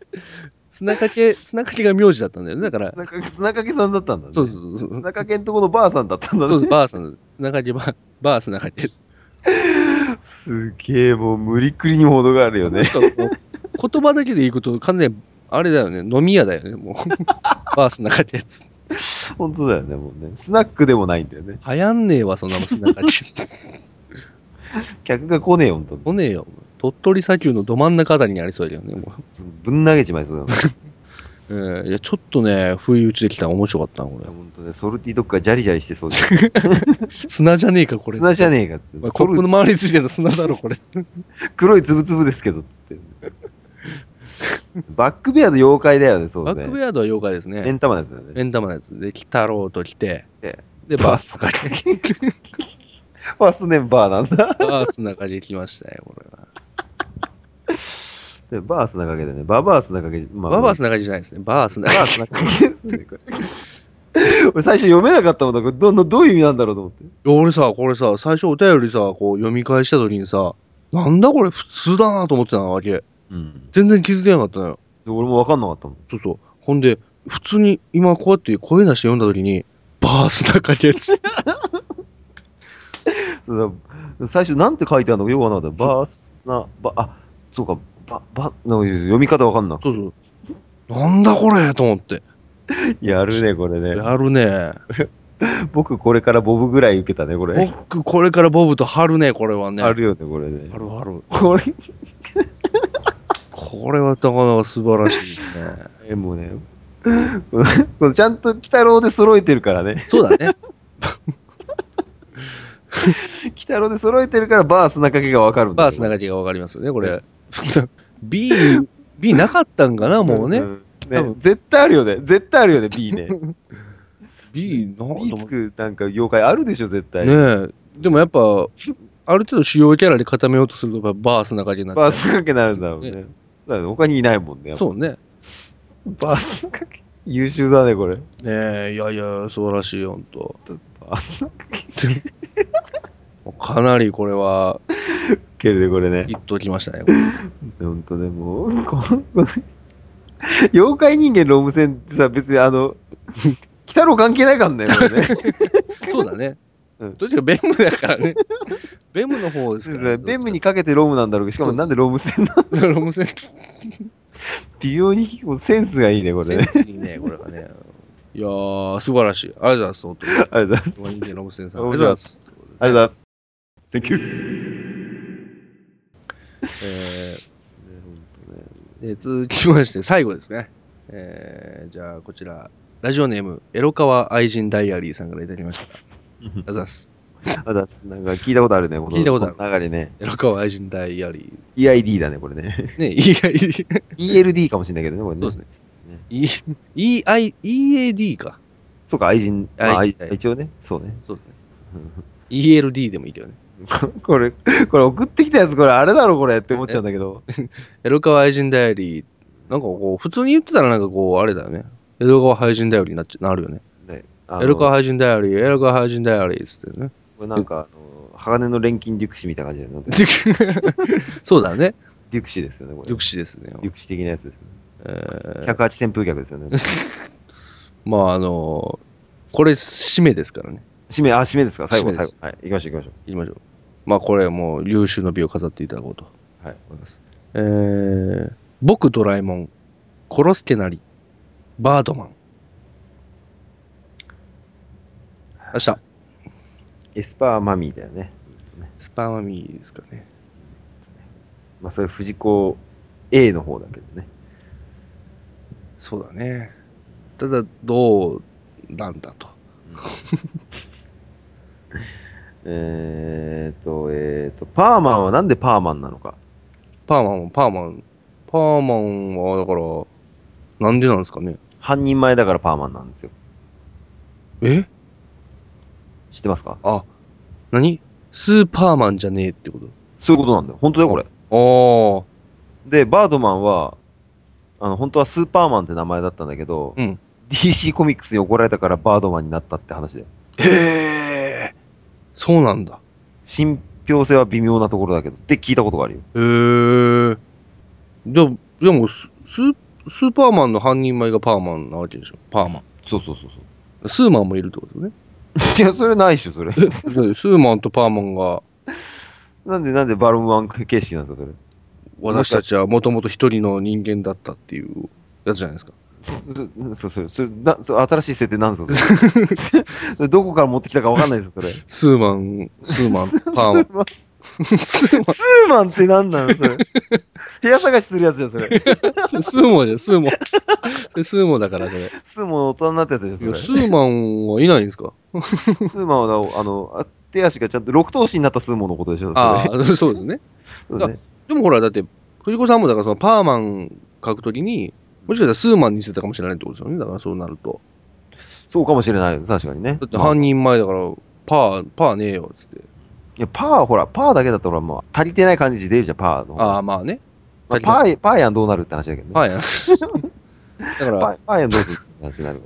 Speaker 4: 砂かけ、砂かけが名字だったんだよね。だから、
Speaker 2: 砂かけ砂かけさんだったんだね。
Speaker 4: そうそうそう。
Speaker 2: 砂かけんとこのばあさんだったんだ
Speaker 4: そう
Speaker 2: ね。
Speaker 4: バースな砂かけ、バーバースなかけ。
Speaker 2: すげえ、もう無理くりにも程があるよね。
Speaker 4: なんかもう言葉だけでいくと、完全にあれだよね、 飲み屋だよね、もう。バースなかけやつ。
Speaker 2: 本当だよね、もうね。スナックでもないんだよね。
Speaker 4: 流行んねえわ、そんなもん、砂か け。
Speaker 2: 客が来ねえよ、ほんと。
Speaker 4: 来ねえよ。鳥取砂丘のど真ん中あたりにありそうだよね、も
Speaker 2: ぶん投げちまいそうだよね。
Speaker 4: う。えーいや、ちょっとね、不意打ちできたら面白かったな、こ
Speaker 2: い
Speaker 4: れ
Speaker 2: や。ほんとね、ソルティどっかジャリジャリしてそう じゃん。
Speaker 4: 砂じゃねえか、これ。
Speaker 2: 砂じゃねえかっつ
Speaker 4: お前
Speaker 2: って。
Speaker 4: コ
Speaker 2: ソ
Speaker 4: ップ
Speaker 2: ル
Speaker 4: の周りについての砂だろ、これ。
Speaker 2: 黒いつぶつぶですけど、つって。バックベアの妖怪だよね、そう
Speaker 4: バ
Speaker 2: ね。
Speaker 4: ックベアードは妖怪です
Speaker 2: エ
Speaker 4: ね。
Speaker 2: ンタマのやつだよね。
Speaker 4: エンタマのやつで、鬼太郎と来て
Speaker 2: え、
Speaker 4: で、バースなかけ。
Speaker 2: ファーストネームバーなんだ。
Speaker 4: バースなかけ来ましたよ、これは。
Speaker 2: でバースなかけでね。ババアスなかけ。ま
Speaker 4: バーバース
Speaker 2: な
Speaker 4: なかけじゃないですね、バースな
Speaker 2: バ
Speaker 4: か
Speaker 2: ースなかけですね、これ。俺最初読めなかったもんだ。これどんどんどういう意味なんだろうと思って。
Speaker 4: いや俺さ、これさ、最初お便りさ、こう読み返した時にさ、なんだこれ普通だなと思ってたわけ。
Speaker 2: うん。
Speaker 4: 全然気づいてなかったのよ。
Speaker 2: で俺もわかんなかったもん。
Speaker 4: そうそう。ほんで、普通に今こうやって声出して読んだ時に、バースなかけっつって。
Speaker 2: そうだ最初なんて書いてあるのかよくわかんなかった。バースな、ば、あ、そうか、ば、ば、の読み方わかんなく
Speaker 4: そうそう。なんだこれと思って。
Speaker 2: て。やるね、これね。
Speaker 4: やるね。
Speaker 2: 僕これからボブぐらい受けたね、これ。
Speaker 4: 僕、これからボブと貼るね、これはね。
Speaker 2: あるよね、これね
Speaker 4: 貼。る貼る。
Speaker 2: これ、
Speaker 4: これはなかなか素晴らしいですね。
Speaker 2: えもうね、これちゃんと鬼太郎で揃えてるからね。
Speaker 4: そうだね。
Speaker 2: 鬼太郎で揃えてるからバースなかけがわかるんだ
Speaker 4: バースなががわかりますよね、こ れ。B、B なかったんかな、もうね。
Speaker 2: ん
Speaker 4: 多
Speaker 2: ね
Speaker 4: 分
Speaker 2: 絶対あるよね。絶対ある よね、B ね。
Speaker 4: B な
Speaker 2: B つくなんか妖怪あるでしょ、絶対。
Speaker 4: ねえ。でもやっぱ、ある程度主要キャラで固めようとすると、バースながになっちゃう
Speaker 2: バースなかけになるんだろうね。
Speaker 4: ね
Speaker 2: だから他にいないもんね。
Speaker 4: そうね。
Speaker 2: バースなかけ。優秀だね、これ。
Speaker 4: ねえ、いやいや、素晴らしいよ、ほん と。
Speaker 2: バースなか
Speaker 4: かなりこれは、
Speaker 2: けるね、これね。
Speaker 4: ヒットきましたね。これ
Speaker 2: 本当ね、もう、この、この妖怪人間ローム戦ってさ、別にあの、鬼太郎関係ないからね、これね。
Speaker 4: そうだね。
Speaker 2: うん
Speaker 4: とにかくベムだからね。ベムの方です
Speaker 2: そうです
Speaker 4: から
Speaker 2: ね。ベムにかけてロームなんだろうけど、しかもなんでローム戦なの
Speaker 4: ロムセン
Speaker 2: 微妙にもうセンスがいいね、これね。
Speaker 4: センスいいね、これがね。いやー、素晴らしい。ありがとうご ざいます、
Speaker 2: ありがとうございます。
Speaker 4: 本当に。人間ロムセンさん。あり
Speaker 2: 面
Speaker 4: がとうございま。
Speaker 2: 白いですす。ありがとうございます。
Speaker 5: Thank you!
Speaker 4: え
Speaker 2: 本当ね
Speaker 4: ーで続きまして、最後ですね。えーじゃあ、こちら、ラジオネーム、エロカワ愛人ダイアリーさんからいただきました。ありがとうございます。
Speaker 2: あだなんか聞いたことあるね、の
Speaker 4: 聞いたことある
Speaker 2: の流れね。
Speaker 4: エロカワ愛人ダイアリ
Speaker 2: EID だね、これね。
Speaker 4: ー。ね、意外
Speaker 2: ELD かもしれないけどね、これね。
Speaker 4: そう
Speaker 2: ですね。
Speaker 4: E- EI EAD か。
Speaker 2: そうか、愛人。まあ
Speaker 4: 愛人
Speaker 2: 愛一応ね、そうね。
Speaker 4: そうですね。ELD でもいいけどね。
Speaker 2: これ、これ送ってきたやつ、これあれだろ、これって思っちゃうんだけど。
Speaker 4: エロカワ愛人ダイアリー。なんかこう、普通に言ってたらなんかこう、あれだよね。エロカワ愛人ダイアリーになっちゃなるよね。
Speaker 2: ね、 あの
Speaker 4: エロカワ愛人ダイアリー、エロカワ愛人ダイアリーっつってね。
Speaker 2: これなんか、あの鋼の錬金力士みたいな感じで、
Speaker 4: そうだね。
Speaker 2: 力士ですよね、これ。
Speaker 4: 緑子ですね。
Speaker 2: 力士的なやつですね。
Speaker 4: えー
Speaker 2: 108旋風脚ですよね。
Speaker 4: まああのーこれ、締めですからね。
Speaker 2: 締め、あ、締めですか、最後、
Speaker 4: 締めで
Speaker 2: 最
Speaker 4: す
Speaker 2: 後。はい、行きましょう、行きましょ
Speaker 4: 言いましょう。まあこれもう優秀の美を飾っていただこうと
Speaker 2: う。はい。
Speaker 4: 思います。えー、僕ドラえもん、コロスケなり、バードマン。明日、
Speaker 2: エスパーマミーだよね。
Speaker 4: スパーマミーですかね。
Speaker 2: まあ、それ藤子 A の方だけどね。
Speaker 4: そうだね。ただ、どうなんだと。
Speaker 2: えーっと、えーっと、パーマンはなんでパーマンなのか。
Speaker 4: パーマンも、パーマン、パーマンは、だから、なんでなんですかね。
Speaker 2: 半人前だからパーマンなんですよ。
Speaker 4: え
Speaker 2: 知ってますか
Speaker 4: あ、何スーパーマンじゃねえってこと
Speaker 2: そういうことなんだよ。本当だよ、これ。
Speaker 4: あ
Speaker 2: で、バードマンは、あの、本当はスーパーマンって名前だったんだけど、
Speaker 4: うん
Speaker 2: DC コミックスに怒られたからバードマンになったって話だよ。
Speaker 4: あ。へえ。そうなんだ。
Speaker 2: 信憑性は微妙なところだけど、って聞いたことがあるよ。
Speaker 4: へえ。でも、でもス、スースーパーマンの半人前がパーマンなわけでしょ。パーマ
Speaker 2: そうそうそうそう。
Speaker 4: ン。スーマンもいるってこと ね。
Speaker 2: いや、それないっしょ、それ。
Speaker 4: でスーマンとパーマンが、
Speaker 2: なんで、なんでバルーンワン形式なんですか、それ。
Speaker 4: 私たちはもともと一人の人間だったっていうやつじゃないですか。
Speaker 2: そう、それ、それ、なそれ新しい設定なんですか、それ。 どこから持ってきたかわかんないですよ、それ。
Speaker 4: スーマン、スーマ ン、パーマン。スーマ
Speaker 2: スーマンって何なのそれ。部屋探しするやつじゃん、それ。
Speaker 4: ン、スーモじゃん、スーモ。それスーモだから、それ。
Speaker 2: スーマン大人になったやつでし
Speaker 4: い
Speaker 2: ょ、
Speaker 4: や
Speaker 2: そ
Speaker 4: スーマンはいないんですか
Speaker 2: れ。スーマンは、あの、あ手足がちゃんと六頭身になったスーモンのことでしょ、それ。
Speaker 4: ああ、 そうですね。
Speaker 2: そうね
Speaker 4: でもほら、だって、藤子さんもだからそのパーマン書くときに、もしかしたらスーマンにしてたかもしれないってことですよね。だからそうなると。
Speaker 2: そうかもしれないよ、確かにね。
Speaker 4: だって犯
Speaker 2: まあ
Speaker 4: 人前だから、パー、パーねえよ、つって。
Speaker 2: いや、パー、ほら、パーだけだったら、まあ、足りてない感じ出るじゃん、パーの。
Speaker 4: ああ、まあね。
Speaker 2: まあ
Speaker 4: 足り
Speaker 2: パー、パーやんどうなるって話だけどね。
Speaker 4: パーやな。 だか
Speaker 2: パー
Speaker 4: ら、
Speaker 2: パーやんどうするって話になる。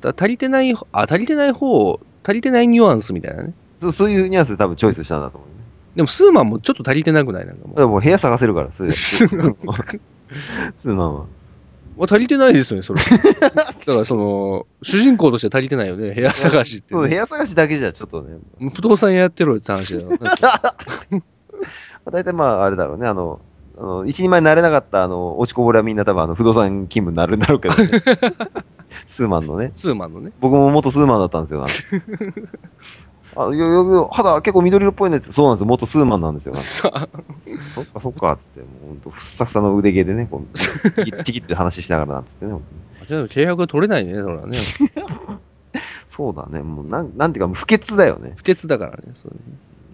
Speaker 4: だ足りてない、あ、足りてない方、足りてないニュアンスみたいなね。
Speaker 2: そうそういうニュアンスで多分チョイスしたんだと思う、ね。
Speaker 4: でもスーマンもちょっと足りてなくないなんかも
Speaker 2: だからもう部屋探せるから、スー
Speaker 4: う。 スーマン。
Speaker 2: スーマンは。
Speaker 4: まあ足りてないですよね、それ。だからその、主人公として足りてないよね。部屋探しって、
Speaker 2: そう、部
Speaker 4: ね。
Speaker 2: 屋探しだけじゃちょっとね、
Speaker 4: 不動産屋やってろよって話だよ。
Speaker 2: まあ、大体まあ、あれだろうね、あの、あの一人前になれなかったあの落ちこぼれはみんな多分あの不動産勤務になるんだろう けどね、スーマンのね。
Speaker 4: スーマンのね。
Speaker 2: 僕も元スーマンだったんですよ。ああよよよ肌結構緑色っぽいねってそうなんですよ。元スーマンなんですよ。なん
Speaker 4: さあ、
Speaker 2: かそっかそっか、つって、もうほんと、ふっさふさの腕毛でね、こう、チキッチキって話しながらなんつってね、ほんとね
Speaker 4: ちょっと契約が取れないね、それはね。
Speaker 2: そうだね、もうなん、なんていうか、不潔だよね。
Speaker 4: 不潔だからね。そうね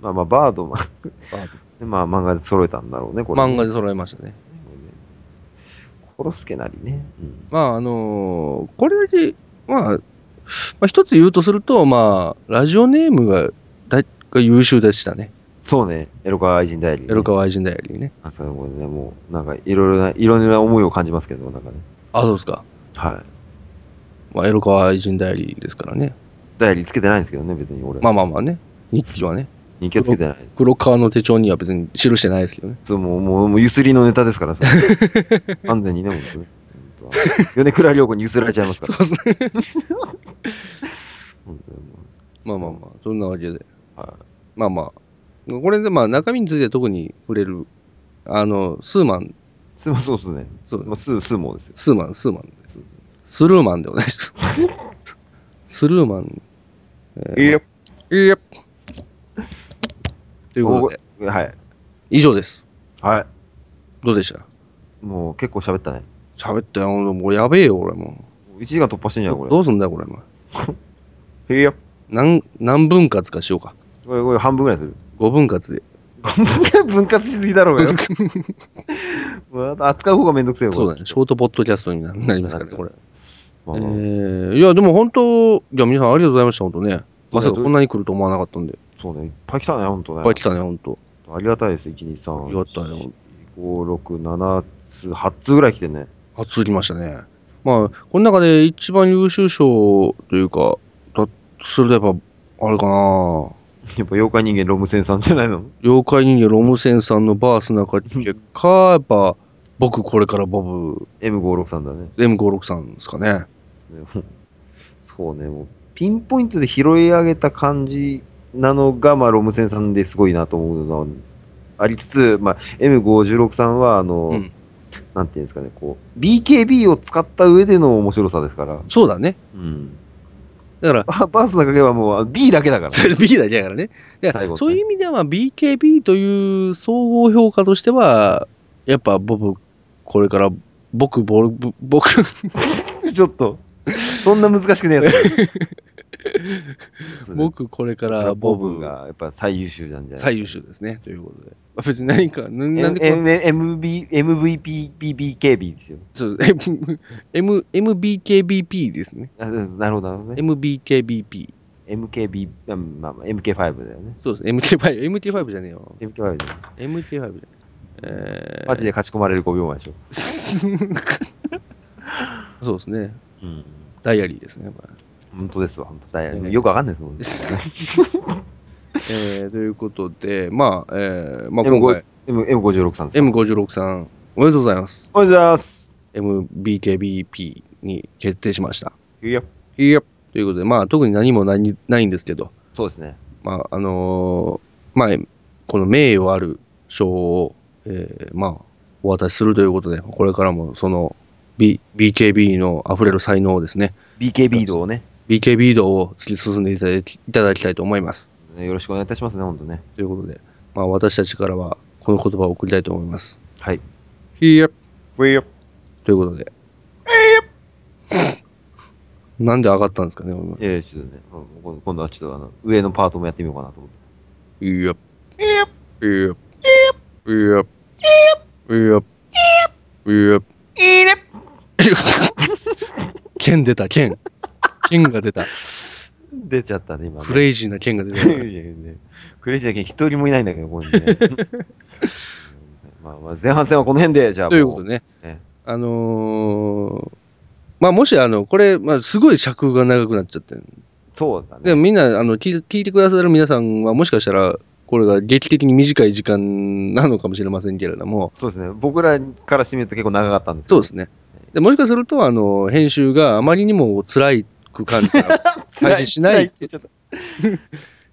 Speaker 2: まあまあ、バードも、
Speaker 4: バー
Speaker 2: でまあ漫画で揃えたんだろうね、これ、
Speaker 4: 漫画で揃えましたね。
Speaker 2: 殺すけなりね。うん
Speaker 4: まあ、あのーこれだけ、まあ、まあ、一つ言うとすると、まあ、ラジオネームが、だが優秀でしたね。
Speaker 2: そうね、エロカ愛人代理、ね。
Speaker 4: エロ川愛人だよりね。
Speaker 2: あそうこれね、もう、なんか、いろいろな、いろいろな思いを感じますけど、なんかね。
Speaker 4: あ、そうですか。
Speaker 2: はい。
Speaker 4: まあ、エロ川愛人代理ですからね。
Speaker 2: 代理つけてないんですけどね、別に俺。
Speaker 4: まあまあまあね。日記はね。
Speaker 2: 日記はつけてない。
Speaker 4: 黒川の手帳には別に記してないですけどね。
Speaker 2: そう、もう、もう、もうゆすりのネタで すからさ。完全にね、もうね。本当は米倉涼子にゆすられちゃいますから。
Speaker 4: そうそう
Speaker 2: 本当にもう
Speaker 4: まあまあまあ、そんなわけで。
Speaker 2: は
Speaker 4: まあまあ。これでまあ、中身について特に触れる、あの、スーマン、
Speaker 2: すいません、そうですね。
Speaker 4: そう
Speaker 2: まあ、スー、スーモーですよ。
Speaker 4: スーマン、スーマン、
Speaker 2: スー
Speaker 4: スルーマンでお願いします。スルーマン。
Speaker 2: いいよ。
Speaker 4: いいよ。ということで、
Speaker 2: はい。
Speaker 4: 以上です。
Speaker 2: は
Speaker 4: どうでした
Speaker 2: い。もう結構喋ったね。
Speaker 4: 喋ったよ。もうやべえよ、俺も
Speaker 2: 1時間突破してんじゃん、こ
Speaker 4: う。
Speaker 2: れ。
Speaker 4: どうすんだよ、これ。もう
Speaker 2: いいよ。
Speaker 4: 何、何分割かしようか。
Speaker 2: これ、これ半分ぐらいする。
Speaker 4: 5分割で。
Speaker 2: 分割しすぎだろう がよ。もうあと扱う方がめんどくせえよ、こ
Speaker 4: そ
Speaker 2: れ
Speaker 4: うだね。ショートポッドキャストにななりますからね、これ。
Speaker 2: まあ
Speaker 4: え
Speaker 2: まあ
Speaker 4: ー、いや、でも本当、いや、皆さんありがとうございました、本当ね。まさかこんなに来ると思わなかったんで。い
Speaker 2: そうね、いっぱい来たね、ほんとね。
Speaker 4: っぱい来たね、本当。
Speaker 2: ありがたいです、1、2、
Speaker 4: あ
Speaker 2: 3、
Speaker 4: りがたいよ。
Speaker 2: 5、6、7つ、8つぐらい来てね。
Speaker 4: 初売りましたね。まあ、この中で一番優秀賞というか、だするとやっぱ、あれかな
Speaker 2: やっぱ妖怪人間ロムセンさんじゃないの
Speaker 4: 妖怪人間ロムセンさんのバース中結果、やっぱ、僕これからボブ、
Speaker 2: ?M56 さんだね。
Speaker 4: M56 さんですかね。
Speaker 2: そうね、もう、ピンポイントで拾い上げた感じなのが、まあ、ロムセンさんですごいなと思うのはありつつ、まあ、M56 さんは、あの、
Speaker 4: うん
Speaker 2: なんていうんですかね、こう、BKB を使った上での面白さですから。
Speaker 4: そうだね。
Speaker 2: うん。
Speaker 4: だから、
Speaker 2: ババースの影はもうあ B だけだから。
Speaker 4: B だけだからね。だか
Speaker 2: 最後
Speaker 4: ら
Speaker 2: ね
Speaker 4: そういう意味では、まあ BKB という総合評価としては、やっぱボブ、これから僕、ボルブ僕、
Speaker 2: ちょっと、そんな難しくねえやつ。
Speaker 4: 僕、これからボ
Speaker 2: ボブ
Speaker 4: ブ
Speaker 2: がやっぱ最優秀なんじゃない
Speaker 4: 最優秀ですね。ということで。まあ別に何か、ななんでこう
Speaker 2: ?MVPBKB ですよ。
Speaker 4: そうです M MBKBP ですね。
Speaker 2: あなるほど、なるほどね。
Speaker 4: MBKBP。
Speaker 2: MKB、あまあ、まあ MK5 だよね。
Speaker 4: そうです。MK5。MT5 じゃねえよ。
Speaker 2: MK5 じゃない
Speaker 4: MT5 じゃねえ。えー
Speaker 2: マジで勝ち込まれる5秒前でしょ。
Speaker 4: そうですね。
Speaker 2: うん。
Speaker 4: ダイアリーですね。これ
Speaker 2: 本当ですわ、本当だ
Speaker 4: え
Speaker 2: よ。
Speaker 4: え
Speaker 2: よくわかんないですもんね。
Speaker 4: えー、ということで、まあ、えー、まあ、今回
Speaker 2: M5、M- M56 さんです。
Speaker 4: M56 さん、おめでとうございます。
Speaker 2: おはようございます。
Speaker 4: MBKBP に決定しました。
Speaker 2: いいよ。
Speaker 4: いや。ということで、まあ、特に何もないないんですけど、
Speaker 2: そうですね。
Speaker 4: まあ、あのーまあ、この名誉ある賞を、えーまあ、お渡しするということで、これからもその、B、BKB の溢れる才能をですね、
Speaker 2: BKB 道をね、
Speaker 4: BKB 道を突き進んでいただきいただきたいと思います。
Speaker 2: よろしくお願いいたしますね、本当ね。
Speaker 4: ということで、まあ、私たちからは、この言葉を送りたいと思います。
Speaker 2: はい。
Speaker 4: いや。
Speaker 2: いいよ。
Speaker 4: ということで。なんで上がったんですかね、
Speaker 2: いやいやちょっとね、うん今度はちょっとあの上のパートもやってみようかなと思って。
Speaker 4: いや。いや。いや。いや。いや。いや。いや。いや。 剣出た、剣。剣が出た。
Speaker 2: 出ちゃったね、今ね。
Speaker 4: クレイジーな剣が出
Speaker 2: いや
Speaker 4: た。
Speaker 2: いやいやクレイジーだけ一人もいないんだけ ど、ここにね。まあまあ前半戦はこの辺で、じゃあも。
Speaker 4: ということでね
Speaker 2: ね。
Speaker 4: あのー、まあ、もし、あの、これ、まあ、すごい尺が長くなっちゃってる
Speaker 2: そうだ
Speaker 4: で
Speaker 2: ね。
Speaker 4: もみんなあの聞い聞いてくださる皆さんはもしかしたらこれが劇的に短い時間なのかもしれませんけれども
Speaker 2: そうですね。僕らからしてみると結構長かったんですけ
Speaker 4: そう
Speaker 2: ど。
Speaker 4: ですねでもしかするとあの編集があまりにも辛く感じ た
Speaker 2: 辛
Speaker 4: 配信しない
Speaker 2: 辛って言っちゃった。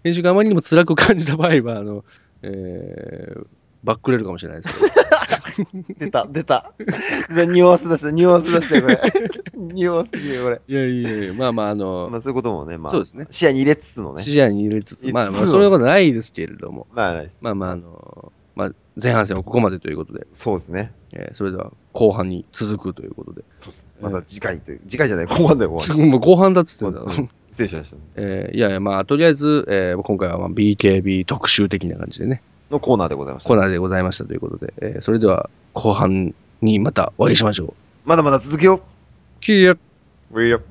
Speaker 4: 編集があ まりにも辛く感じた場合はあの、えー、バックれるかもしれないですけど
Speaker 2: 出た、出た。匂わせ出した、匂わせ出したよ、これ。 匂わせてるよ、これ。
Speaker 4: いやいやいや、まあまあ、あの、
Speaker 2: まあ、そういうこともね、まあ、
Speaker 4: そうですね。
Speaker 2: 視野に入れつつのね。
Speaker 4: 視野に入れつ
Speaker 2: い
Speaker 4: つ、
Speaker 2: や
Speaker 4: まあまあ、
Speaker 2: そう
Speaker 4: そういうことないですけれども、
Speaker 2: まあ、ないです。
Speaker 4: まあまあ、あの、まあ、前半戦はここまでということで、
Speaker 2: そうですね。
Speaker 4: えーそれでは後半に続くということで、
Speaker 2: そうですね。また次回という、次回じゃない、後半だよ、後半。
Speaker 4: もう後半だっつってんだ
Speaker 2: そうですね失礼しました。
Speaker 4: えーいやいや、まあ、とりあえず、えー今回はまあ BKB 特集的な感じでね、
Speaker 2: のコーナーでございました
Speaker 4: コー。ナーでございましたということで、えーそれでは後半にまたお会いしましょう。
Speaker 2: まだまだ続けよ
Speaker 4: キリア
Speaker 2: う。いいよ。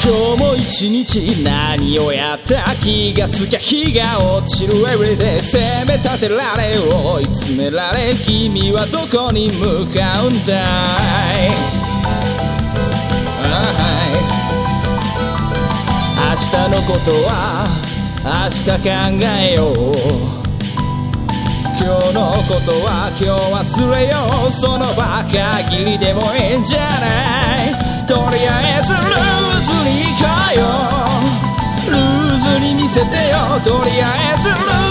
Speaker 3: 今日も一日何をやった気がつきゃ日が落ちる Everyday 攻め立てられ追い詰められ君はどこに向かうんだいあーはい明日のことは明日考えよう今日のことは今日忘れようその場限りでもいいんじゃないとりあえずルーズに行こうよルーズに見せてよとりあえずルー